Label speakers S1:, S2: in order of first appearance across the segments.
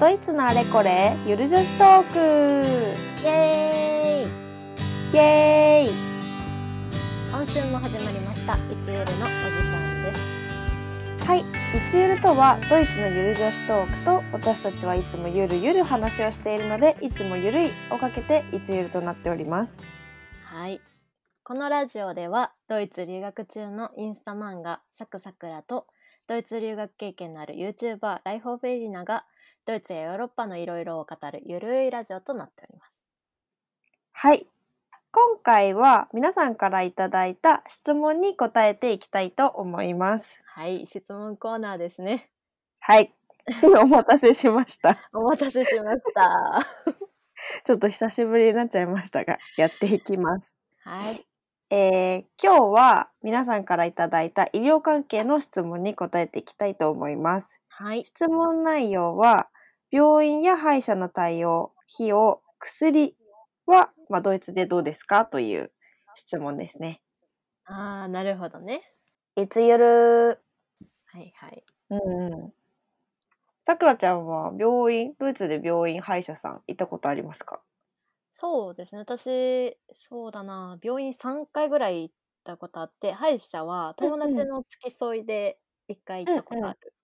S1: ドイツのあれこれゆる女子トーク
S2: イエーイ
S1: イエーイ
S2: 今週も始まりましたいつゆるのお時間です
S1: はい、いつゆるとはドイツのゆる女子トークと私たちはいつもゆるゆる話をしているのでいつもゆるいをかけていつゆるとなっております
S2: はいこのラジオではドイツ留学中のインスタ漫画サクサクラとドイツ留学経験のある YouTuber ライフ・オブ・エリナがドイツやヨーロッパのいろいろを語るゆるいラジオとなっております
S1: はい、今回は皆さんからいただいた質問に答えていきたいと思います
S2: はい質問コーナーですね
S1: はい、 お待たせしました
S2: お待たせしました
S1: ちょっと久しぶりになっちゃいましたがやっていきます
S2: はい
S1: えー今日は皆さんからいただいた医療関係の質問に答えていきたいと思います。
S2: はい
S1: 質問内容は、病院や歯医者の対応、費用、薬は、まあ、ドイツでどうですかという質問ですね。
S2: あーなるほどね
S1: いつゆる
S2: はいはい
S1: うんうん。さくらちゃんは病院、ドイツで病院、歯医者さん行ったことありますか
S2: そうですね私そうだな病院3回ぐらい行ったことあって歯医者は
S1: うんう
S2: 友
S1: ん
S2: 達の付き添いで1回行ったことある、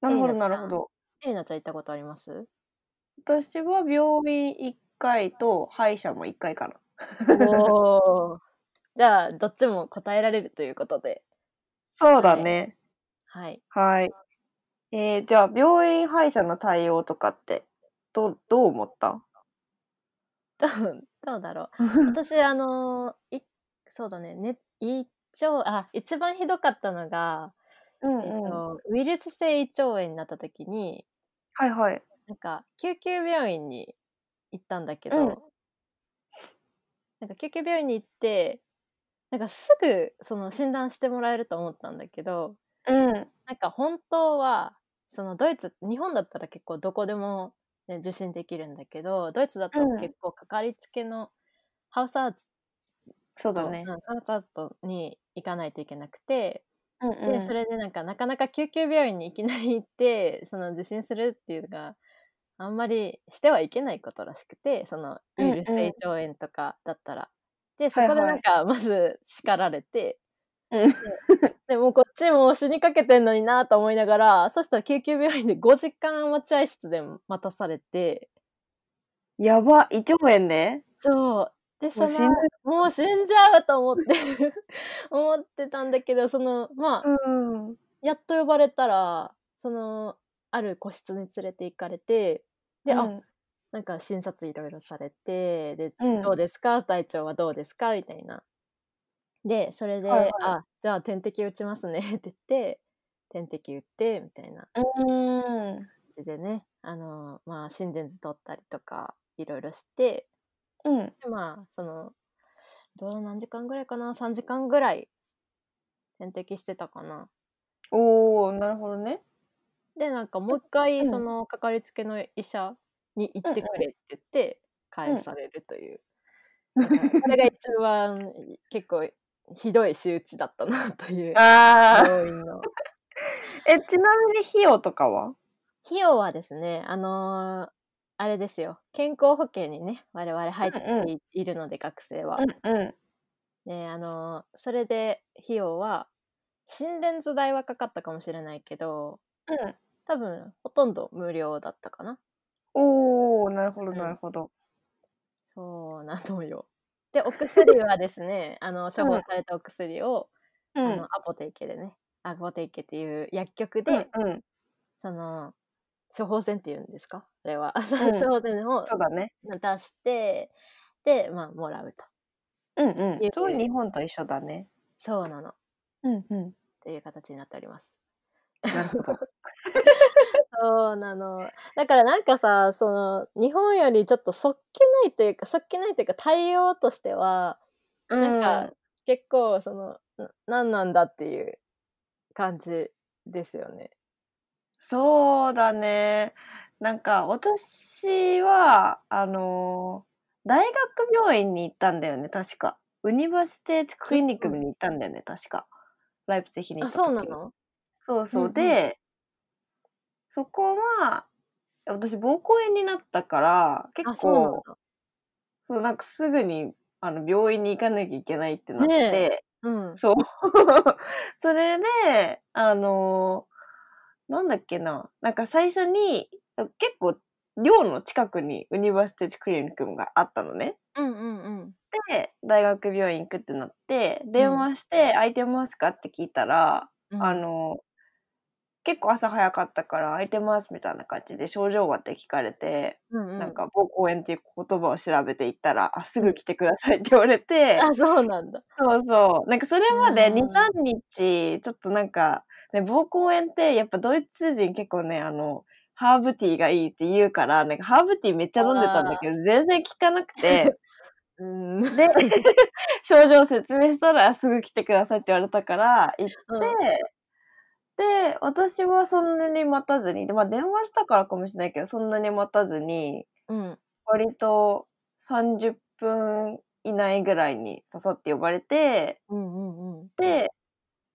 S1: なるほど、
S2: ええ
S1: なるほど。
S2: エリナちゃん行ったことあります
S1: 私は病院1回と歯医者も1回かな。
S2: お じゃあどっちも答えられるということで
S1: そう
S2: だ
S1: ね。
S2: はい
S1: はい。えー、じゃあ病院歯医者の対応とかってどうどう思 った？
S2: どうどうだろう私あのいそうだねね胃腸あ一番ひどかったのが、
S1: うん
S2: えっと、ウイルス性胃腸炎になった時に
S1: はいはい。
S2: なんか救急病院に行ったんだけど、
S1: うん
S2: なんか救急病院に行ってなんかすぐその診断してもらえると思ったんだけど
S1: うん
S2: なんか本当はそのドイツ日本だったら結構どこでも、ね、受診できるんだけどドイツだと
S1: うん
S2: 結構かかりつけのハウスアーツ
S1: そうだ
S2: と、
S1: ね
S2: う。んハウスアーツに行かないといけなくて、
S1: うん
S2: でそれでなんかなかなか救急病院にいきなり行ってその受診するっていうのがあんまりしてはいけないことらしくてそのウイルス
S1: うんうん
S2: 性腸炎とかだったら。でそ
S1: はい
S2: こでなんかまず叱られて、
S1: うん
S2: ででもうこっちも死にかけてんのになと思いながらそしたら救急病院で5時間待合室で待たされて
S1: やば胃腸炎ね。
S2: そうでそ
S1: もう
S2: の
S1: 死んだ
S2: もう死んじゃうと思って 思ってたんだけどそのまあ、
S1: うん。
S2: やっと呼ばれたらそのある個室に連れて行かれてで、
S1: う
S2: あ
S1: ん
S2: なんか診察いろいろされてで、
S1: うん
S2: どうですか体調はどうですかみたいなでそれで、
S1: はいはい
S2: あじゃあ点滴打ちますね って言って点滴打ってみたいな感
S1: うん
S2: じでねあのまあ心電図取ったりとかいろいろして
S1: うん
S2: でまあそのどう何時間ぐらいかな3時間ぐらい点滴してたかな
S1: おおなるほどね。
S2: でなんかもう一
S1: う
S2: 回
S1: ん
S2: そのかかりつけの医者に行ってくれって言って返されるという、なんかこれが一番 結構ひどい仕打ちだったなという
S1: ああ
S2: 病院の
S1: えちなみに費用とかは？
S2: 費用はですねあのーあれですよ健康保険にね我々入ってい,、
S1: うんう
S2: るので学生は、
S1: んうん。
S2: ねあのーそれで費用は心電図代はかかったかもしれないけど
S1: うん。
S2: 多分ほとんど無料だったかな
S1: おおなるほど
S2: うん
S1: なるほど。
S2: そうなのよ。で、お薬はですね、 あの処方されたお薬を、
S1: うん
S2: あのアポテイケでね、アポテイケっていう薬局で、
S1: うんうん
S2: その処方箋っていうんですか、あれは、
S1: ん
S2: 処方箋を
S1: そうだね。
S2: 出して、で、まあもらうと。
S1: うんうん
S2: いえ。
S1: すごい日本と一緒だね。
S2: そうなのっ
S1: うんうん。
S2: ていう形になっております。
S1: なるほど。
S2: そうなの。だからなんかさ、その日本よりちょっとそっけないというか、そっけないというか対応としては、なんか結構そのな何なんだっていう感じですよね。
S1: そうだね。なんか私はあのー大学病院に行ったんだよね確か。ウニバーシテーツクリニックに行ったんだよね確か。ライプツィヒに行
S2: あ
S1: った時
S2: そうなの
S1: そうそう。
S2: うんうん
S1: でそこは私、膀胱炎になったから、
S2: あ、
S1: 結
S2: そうなん
S1: 構、そう、なんかすぐに、あの、病院に行かなきゃいけないってなって、
S2: ねだ。うん。
S1: そう。 それで、あのーなんだっけな。なんか最初に、結構、寮の近くにユニバーシティクリニックがあったのね。
S2: うんうんうん。
S1: で、大学病院行くってなって、電話して、空いてますかって聞いたら、
S2: うん
S1: あのー結構朝早かったから空いてますみたいな感じで症状がって聞かれて、
S2: うんうん、
S1: なんか膀胱炎っていう言葉を調べていったら、あ、すぐ来てくださいって言われて、
S2: あ、そうなんだ。
S1: そうそう。なんかそれまで
S2: う
S1: 2、
S2: ん
S1: 3日、ちょっとなんか、ね、膀胱炎って、やっぱドイツ人結構ね、あの、ハーブティーがいいって言うから、なんかハーブティーめっちゃ飲んでたんだけど、全然効かなく て、
S2: うん。
S1: で、症状を説明したら、すぐ来てくださいって言われたから、行って、で、私はそんなに待たずに、でまあ電話したからかもしれないけど、そんなに待たずに、
S2: うん。
S1: 割と30分以内ぐらいに刺さって呼ばれて、
S2: うんうんうん。
S1: で、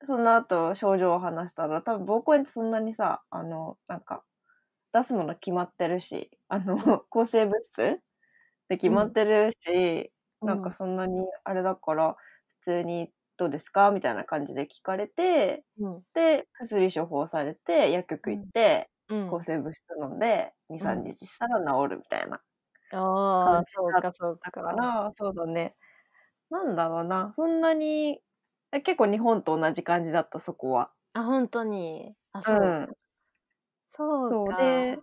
S1: その後症状を話したら、多分膀胱炎ってそんなにさ、あの、なんか、出すもの決まってるし、あの、抗生物質で決まってるし、なんかそんなにあれだから、普通にどうですかみたいな感じで聞かれて、
S2: うん、
S1: で、薬処方されて、薬局行って、
S2: うん。
S1: 抗生物質飲んで、2、3日したら治るみたいな。
S2: ああ、そう
S1: 感
S2: かそう
S1: だか
S2: か。
S1: ら、そうだね。なんだろうな、そんなに、え結構日本と同じ感じだった、そこは。
S2: あ、本当に。あ、
S1: う
S2: そう。
S1: ん。
S2: そ
S1: そうう
S2: か。
S1: で、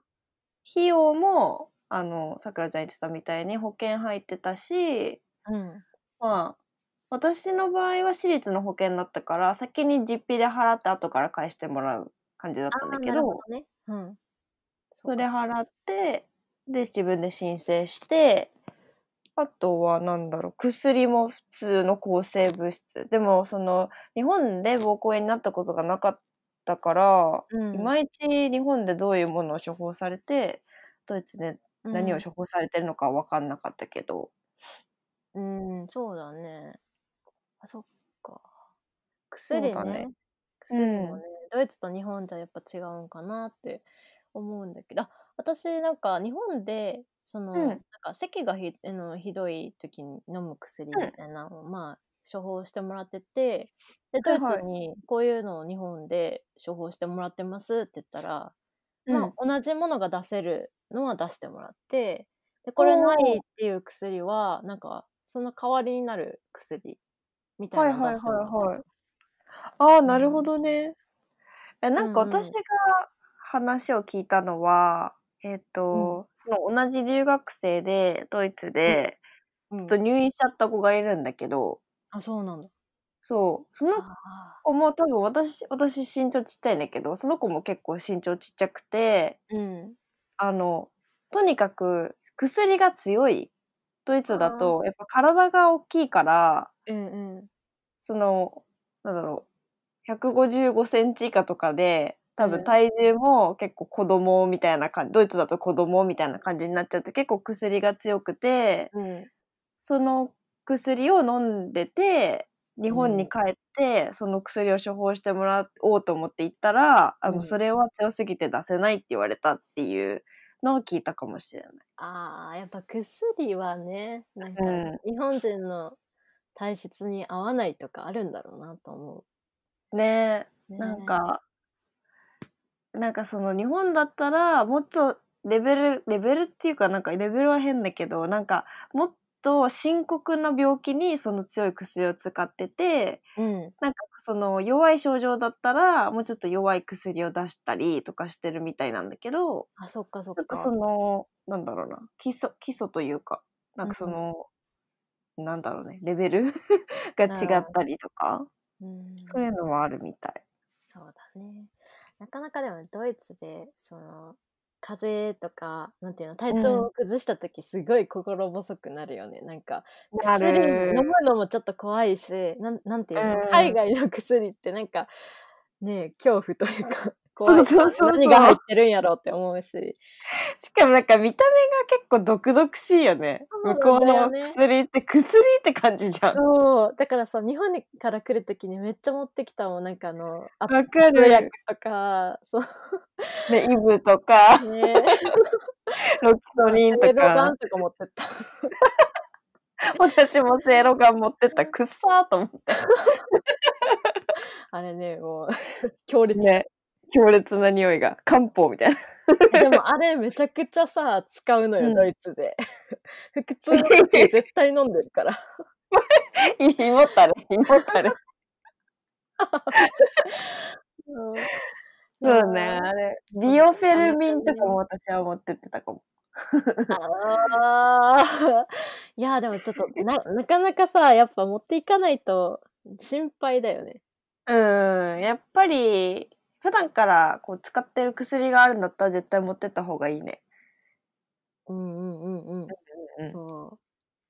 S1: 費用も、あの、さくらちゃん言ってたみたいに保険入ってたし、
S2: うん。
S1: まあ、私の場合は私立の保険だったから、先に実費で払って後から返してもらう感じだっ
S2: あ
S1: たんだ
S2: ー
S1: け
S2: なるほ
S1: ど、
S2: どね。うん。
S1: それ払って、で、自分で申請して、あとは、なんだろう、薬も普通の抗生物質。でも、その、日本で膀胱炎になったことがなかったから、
S2: うん
S1: いまいち日本でどういうものを処方されて、ドイツで何を処方されてるのか分かんなかったけど、
S2: うん、うん、そうだね。あ、そっか。薬
S1: そうだね
S2: ね。
S1: う
S2: 薬も
S1: ん
S2: ね、ドイツと日本じゃやっぱ違うんかなって思うんだけど、あ、私なんか日本で、その、
S1: うん
S2: なんか咳がひあのひどい時に飲む薬みたいなのを、まあ、処方してもらってて、で、ド
S1: はい
S2: イ
S1: はい
S2: ツにこういうのを日本で処方してもらってますって言ったら、まあ、同じものが出せるのは出してもらってでこれないっていう薬はなんかその代わりになる薬みたいなのを出してもらった、
S1: はいはいはいはいああなるほどね、えなんか
S2: うんうん
S1: 私が話を聞いたのはえっ、と、その同じ留学生でドイツで
S2: うん
S1: ちょっと入院しちゃった子がいるんだけど、
S2: あそうなんだ
S1: そうその
S2: あ
S1: 子も多分私私身長ちっちゃいんだけどその子も結構身長ちっちゃくて
S2: ーうん
S1: あのとにかく薬が強いドイツだとやっぱ体が大きいから
S2: うんうん
S1: その、なんだろう、155センチ以下とかで、多
S2: うん
S1: 分体重も結構子供みたいな感じ、ドイツだと子供みたいな感じになっちゃうと結構薬が強くて、
S2: うん
S1: その薬を飲んでて、日本に帰って、その薬を処方してもらおうと思って行ったら、あ
S2: うん
S1: の、それは強すぎて出せないって言われたっていうのを聞いたかもしれない。
S2: あーやっぱ薬はねなんか
S1: うん
S2: 日本人の体質に合わないとかあるんだろうなと思
S1: ねえ。
S2: う、ね
S1: なんか、なんかその日本だったらもっとレベル、レベルっていうかなんかレベルは変だけど、なんかもっと深刻な病気にその強い薬を使ってて、
S2: うん
S1: なんかその弱い症状だったらもうちょっと弱い薬を出したりとかしてるみたいなんだけど、
S2: あそっかそっ
S1: ちょっと
S2: か
S1: その、なんだろうな、基礎、基礎というか、なんかその、なんだろうね、レベル が違ったりとか、
S2: うん
S1: そういうのはあるみたい。
S2: そうだね。なかなかでもドイツで、その、風邪とか、なんていうの、体調を崩した時すごい心細くなるよね。なんか、
S1: な
S2: 薬飲むのもちょっと怖いし、なんなんていうの、
S1: うん
S2: 海外の薬ってなんか、ねえ恐怖とい うか、
S1: そ
S2: 怖いう
S1: そうそうそう
S2: 何が入ってるんやろうって思うし。
S1: しかもなんか見た目が結構毒々しいよね。
S2: そう
S1: 向こう
S2: なん
S1: の
S2: だよね
S1: 薬って薬って感じじゃん。
S2: そう、だからさ、日本にから来る時にめっちゃ持ってきたもん、なんかあの、ア
S1: わかる。
S2: とか、そう、
S1: ね、イブとか、
S2: ね
S1: ロキソニン
S2: セ
S1: と
S2: ロガ
S1: か
S2: ン、とか持ってった。
S1: 私もセいろガン持ってった。くっさーと思って。
S2: あれね、もう、 強烈。
S1: ね。強烈な匂いが。漢方みたいな。
S2: でもあれめちゃくちゃさ、使うのよ、
S1: うん
S2: ドイツで。 普通の時絶対飲んでるから。
S1: 胃もたれ、 胃もたれ。そうね。あれ。ビオフェルミンとかも私は持ってってたかも。
S2: あー いや、でもちょっとな、なかなかさ、やっぱ持っていかないと心配だよね。
S1: うん。やっぱり、普段からこう使ってる薬があるんだったら絶対持ってった方がいいね。
S2: うんうんうん
S1: う
S2: うん。
S1: ん
S2: そう。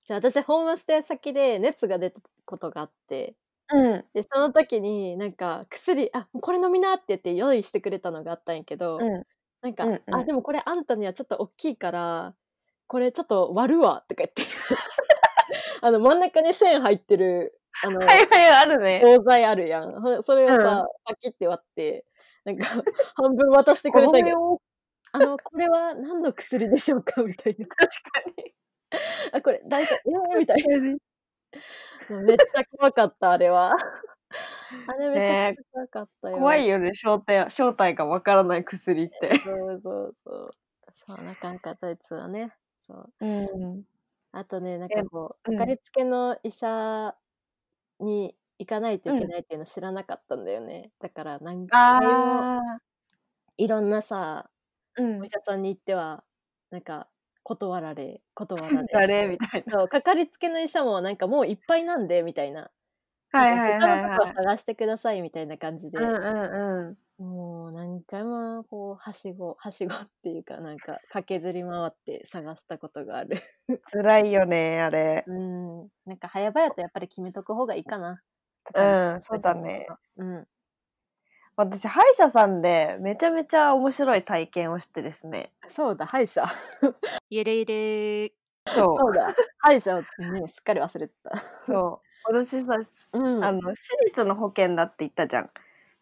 S2: じゃあ私、ホームステイ先で熱が出たことがあって、
S1: うん。
S2: で、その時になんか薬、あ、これ飲みなって言って用意してくれたのがあったんやけ
S1: う
S2: ど、
S1: ん。
S2: なんか、
S1: うんうん
S2: あ、でもこれあんたにはちょっと大きいから、これちょっと割るわ、とか言って。 あの、真ん中に線入ってる、あの、
S1: はいはい、あるね。
S2: 包材あるやん。ほそれをさ、パキって割って、なんか、 半分渡してくれたんやけど、
S1: を
S2: あの、これは何の薬でしょうかみたいな。
S1: 確かに。
S2: あ、これ、大丈夫みたい
S1: 確かに
S2: な。めっちゃ怖かった、あれは。 あれめちゃくちゃ怖かったよ。
S1: 怖いよね、正体、正体がわからない薬って。
S2: そうそうそう。そう、なかなかドイツはね。そう。
S1: うん。
S2: あとね、なんかこう、
S1: うん
S2: かかりつけの医者に行かないといけないっていうの知らなかったんだよね。だから、何回も
S1: ああ。
S2: いろんなさ、
S1: うん
S2: お医。者さんに行っては、なんか、断られ、断られ。
S1: 誰みたい
S2: そうかかりつけの医者もなんかもういっぱいなんで、みたいな。
S1: な。はいはいはい、
S2: なんか他のと
S1: は
S2: こ探してください、みたいな感じ
S1: い。
S2: で。
S1: うんうんうん。
S2: もう何回もこう、はしご、はしごっていうか、なんか駆けずり回って探したことがある。
S1: 辛いよね、あれ。
S2: うん。なんか早々とやっぱり決めとく方がいいかな。
S1: うん、そうだね。。
S2: うん。
S1: 私、歯医者さんでめちゃめちゃ面白い体験をしてですね。
S2: そうだ、歯医者。ゆるゆる。
S1: そ
S2: そう
S1: う。
S2: だ、歯医者をね、すっかり忘れてた。
S1: そう。私さ、
S2: うん
S1: あの、私立の保険だって言ったじゃん。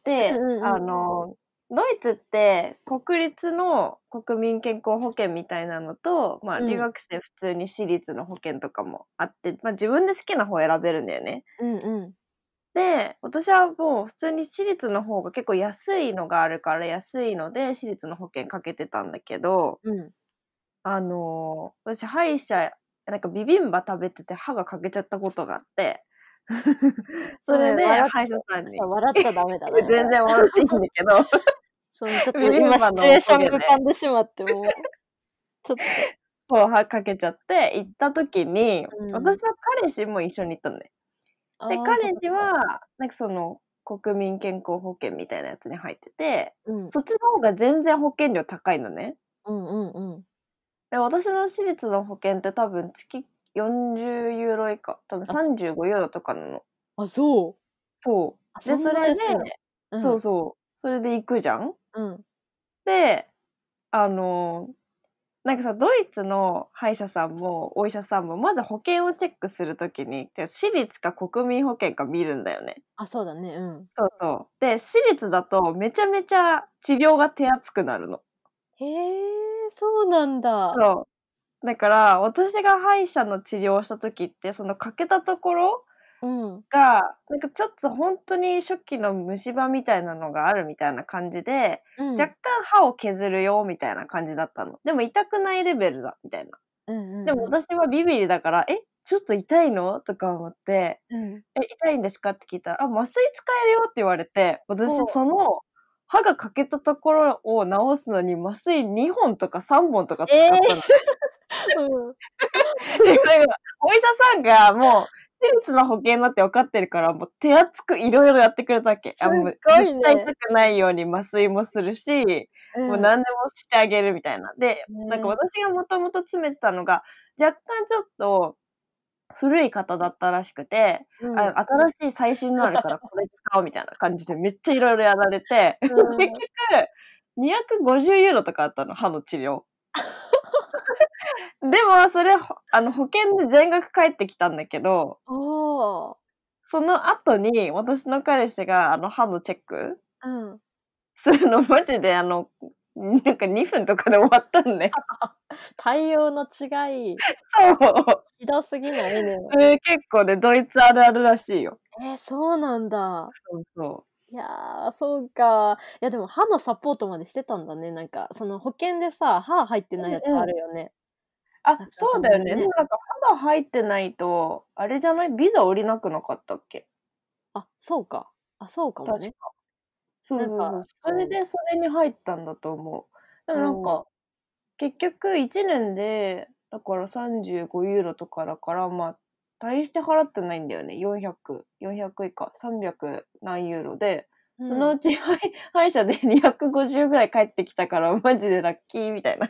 S1: で、
S2: うんうんうん
S1: あの、ドイツって国立の国民健康保険みたいなのと、まあ、
S2: うん
S1: 留学生普通に私立の保険とかもあって、まあ、自分で好きな方選べるんだよね。
S2: うんうん。
S1: で、私はもう普通に私立の方が結構安いのがあるから安いので、私立の保険かけてたんだけど、
S2: うん。
S1: あのー私歯医者、なんかビビンバ食べてて歯が欠けちゃったことがあって、 それで
S2: うん笑っ
S1: 歯医者さんに
S2: さ、笑っちゃダメだね。
S1: 全然笑っていいんだけど、
S2: そのちょっと
S1: ビビン
S2: 今
S1: バの
S2: シチュエーション
S1: おか
S2: が
S1: げ
S2: 浮
S1: で
S2: かんでしまって、もう。ちょっ
S1: そう、歯かけちゃって、行った時に、
S2: うん
S1: 私の彼氏も一緒に行ったのね。
S2: と。
S1: で、
S2: あー
S1: 彼氏、は、なんかその、国民健康保険みたいなやつに入ってて、
S2: うん、
S1: そっちの方が全然保険料高いのね。
S2: うんうんうん。
S1: で、私の私立の保険って多分月40ユーロ以下、多分35ユーロとかなの。
S2: あ、そう。
S1: そう。で、それで、
S2: で
S1: そうそう。それで行くじゃん
S2: うん。うん。
S1: で、あのーなんかさ、ドイツの歯医者さんもお医者さんも、まず保険をチェックするときに、てか私立か国民保険か見るんだよね。
S2: あ、そうだね。うん。
S1: そうそう。で、私立だとめちゃめちゃ治療が手厚くなるの。
S2: へえ、そうなんだ。
S1: そう。だから、私が歯医者の治療をしたときって、その欠けたところ
S2: うん。
S1: が、なんかちょっと本当に初期の虫歯みたいなのがあるみたいな感じで、
S2: うん
S1: 若干歯を削るよみたいな感じだったの。でも痛くないレベルだみたいな。
S2: うんうん、
S1: でも、私はビビリだから、え、ちょっと痛いのとか思って、
S2: うん、
S1: え、痛いんですかって聞いたら、あ、麻酔使えるよって言われて、私
S2: おう
S1: その歯が欠けたところを治すのに麻酔2本とか3本とか使ったの。
S2: うん
S1: でなんかお医者さんがもう、私立の保険だって分かってるから、もう手厚くいろいろやってくれたわけ。あもう
S2: すごいね
S1: 絶対痛くないように麻酔もするし、
S2: うん、
S1: もう何でもしてあげるみたいな。で、
S2: ね
S1: なんか私がもともと詰めてたのが、若干ちょっと古い方だったらしくて、
S2: うん、
S1: あ新しい最新のあるからこれ使おうみたいな感じでめっちゃいろいろやられて、
S2: うん
S1: 結局、250ユーロとかあったの、歯の治療。 でも、それ、ほあの、保険で全額返ってきたんだけど、
S2: おー
S1: その後に、私の彼氏が、あの、歯のチェック
S2: うん、
S1: するのマジであのなんか2分とかで終わったんね。
S2: 対応の 違い、
S1: そう。
S2: ひどすぎないね。
S1: それ結構ね、ドイツあるあるらしいよ。
S2: えーそうなんだ。
S1: そうそ
S2: いやー、そうか。いや、でも歯のサポートまでしてたんだね。なんか、その保険でさ、歯入ってないやつあるよね。
S1: う。あ、そうだよね。
S2: ね
S1: でもなんか歯が入ってないと、あれじゃないビザ降りなくなかったっけ
S2: あ、そうか。あ、そうかも
S1: 確
S2: ね。
S1: か。そうそう
S2: な
S1: そ
S2: ん
S1: う
S2: か。
S1: それでそれに入ったんだと思う。でもなんか、結局1年で、だから35ユーロとかだから、まあ、大して払ってないんだよね。400、400以下、300何ユーロで、
S2: うん
S1: そのうち歯医歯医者で250ぐらい返ってきたから、マジでラッキーみたいな。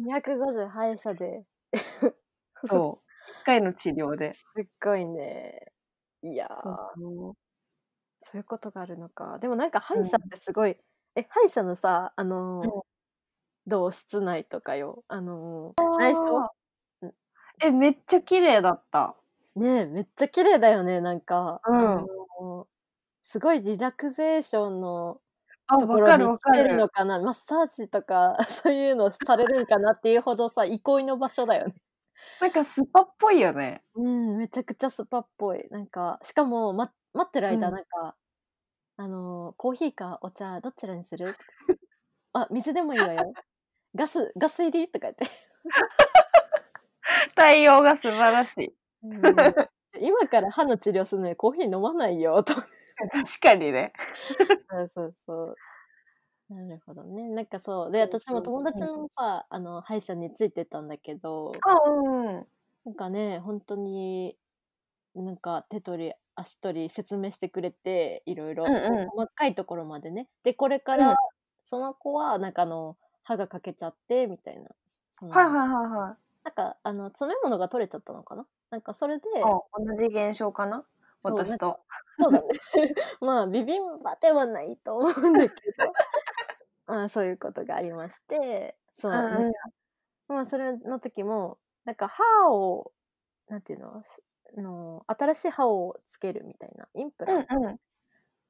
S2: 250歯医者で。
S1: そう。1回の治療で。
S2: すっごいね。いやー
S1: そうそう
S2: そういうことがあるのか。でもなんか歯
S1: うん
S2: 医者ってすごい、え、歯医者のさ、あのー
S1: うん
S2: どう室内とかよ。あのー内装。
S1: え、めっちゃ綺麗だった。
S2: ねえ、めっちゃ綺麗だよね、なんか。
S1: うん
S2: あのーすごいリラクゼーションの
S1: あ、
S2: とこ
S1: わか
S2: ろ
S1: る
S2: に来
S1: わか
S2: てる
S1: る
S2: の。かなマッサージとか そういうのされるんかなっていうほどさ憩いの場所だよね。
S1: なんかスパっぽいよね。
S2: うんめちゃくちゃスパっぽいなんかしかも、ま、待ってる間
S1: うん
S2: なんか、あのーコーヒーかお茶どちらにす るあ水でもいいわ よガスガス入りとか言って、
S1: 対応が素晴らしい。
S2: 今から歯の治療するのにコーヒー飲まないよと
S1: 確かにね。
S2: そうそうそうなるほどねなんかそうで
S1: そう
S2: 私
S1: そう
S2: も友達のさ、あの歯医者についてたんだけど
S1: あ、うん。
S2: なんかね、本当に、なんか手取り足取り説明してくれて、いろいろ、
S1: うんうん
S2: 細かいところまでね。で、これか
S1: うん
S2: ら、その子は、なんかあの、歯が欠けちゃって、みたいな。その
S1: はいはいはいはい。
S2: なんか、あの、詰め物が取れちゃったのかななんか、それで、
S1: あ同じ現象かな
S2: そう
S1: 私と。
S2: そうだね。 まあ、ビビンバではないと思うんだけど、 まあ、そういうことがありまして、そう、
S1: うんうん
S2: なんかまあ、それの時も、なんか歯を、なんていうの、すあの新しい歯をつけるみたいな、インプ
S1: うん
S2: ラント
S1: うん。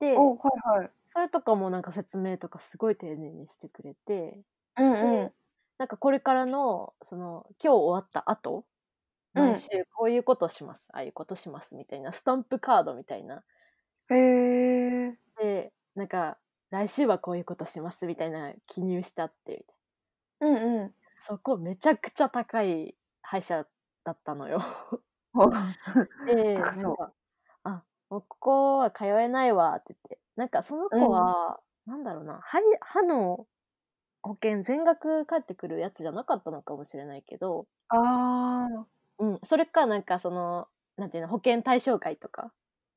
S2: で、
S1: おはいはい。
S2: それとかもなんか説明とかすごい丁寧にしてくれて、
S1: うんうん。
S2: なんかこれからの、その、今日終わった後、
S1: うん
S2: 毎週こういうことをします、ああいうことしますみたいな、スタンプカードみたいな
S1: へえ。
S2: でなんか来週はこういうことしますみたいな記入したって
S1: うんうん。
S2: そこめちゃくちゃ高い歯医者だったのよ。 で
S1: あ
S2: な
S1: そうん
S2: か「あもうここは通えないわ」って言ってなんかその子は、なんだろうな歯い歯の保険全額返ってくるやつじゃなかったのかもしれないけど、
S1: あー
S2: うん、それかなんかそのなんていうの保険対象外とか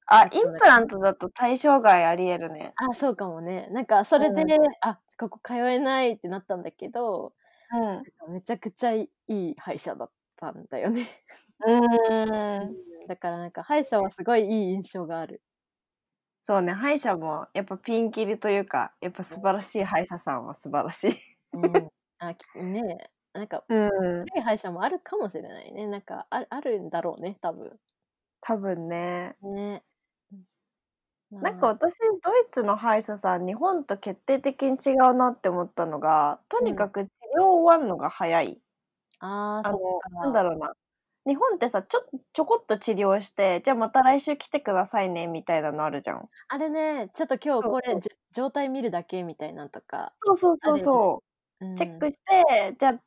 S1: あ、インプラントだと対象外ありえるね。
S2: あそうかもねなんかそれで、
S1: うん
S2: あここ通えないってなったんだけど
S1: うん。
S2: めちゃくちゃいい歯医者だったんだよね。
S1: うーん。
S2: だからなんか歯医者はすごいいい印象がある。
S1: そうね、歯医者もやっぱピンキリというか、やっぱ素晴らしい歯医者さんは素晴らしい。
S2: うん、あきねえなんか
S1: うん。
S2: 悪い歯医者もあるかもしれないね。なんかああるんだろうね多分。
S1: 多分ね。
S2: ね。まあ
S1: なんか私、ドイツの歯医者さん、日本と決定的に違うなって思ったのが、とにかく治療終わるのが早い。
S2: あー
S1: あの
S2: そっか。
S1: なんだろうな日本ってさちょちょこっと治療してじゃあまた来週来てくださいねみたいなのあるじゃん
S2: あれねちょっと今日これ
S1: そうそう
S2: じょ状態見るだけみたいなんとか。
S1: そうそうそうそ
S2: うん
S1: うチェックして、じゃあ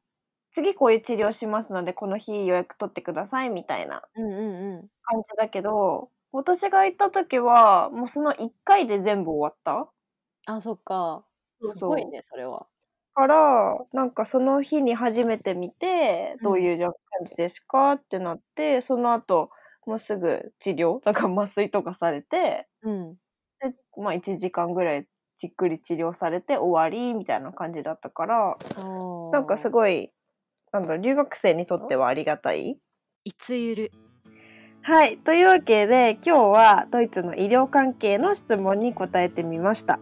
S1: 次こういう治療しますのでこの日予約取ってくださいみたいな
S2: うんうんうん。
S1: 感じだけど私が行った時はもうその1回で全部終わった
S2: あそっか。
S1: そうそう
S2: すごいねそれは。
S1: からなんかその日に初めて見てどういうじゃん感じですかってなってその後もうすぐ治療 だから麻酔とかされて
S2: うん。
S1: で、まあ、1時間ぐらいじっくり治療されて終わりみたいな感じだったからな
S2: なん
S1: かす
S2: い。
S1: ごいなんだろう留学生にとってはありがたい。
S2: いつゆる。
S1: はいというわけで今日はドイツの医療関係の質問に答えてみました。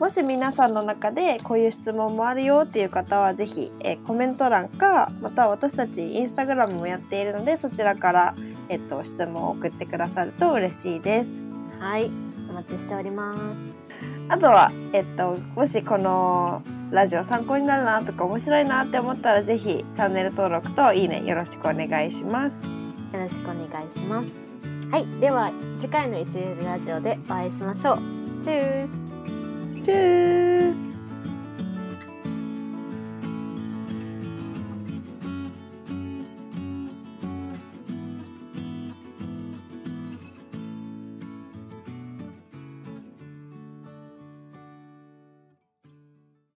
S1: もし皆さんの中でこういう質問もあるよっていう方はぜひ、えーコメント欄かまたは私たちインスタグラムもやっているのでそちらから、えっと質問を送ってくださると嬉しいです。
S2: はい。お待ちしております。
S1: あとは、えっと、もしこのラジオ参考になるなとか面白いなって思ったらぜひチャンネル登録といいねよろしくお願いします。
S2: よろしくお願いします。はい、では次回の一流ラジオでお会いしましょう。チュース
S1: チュース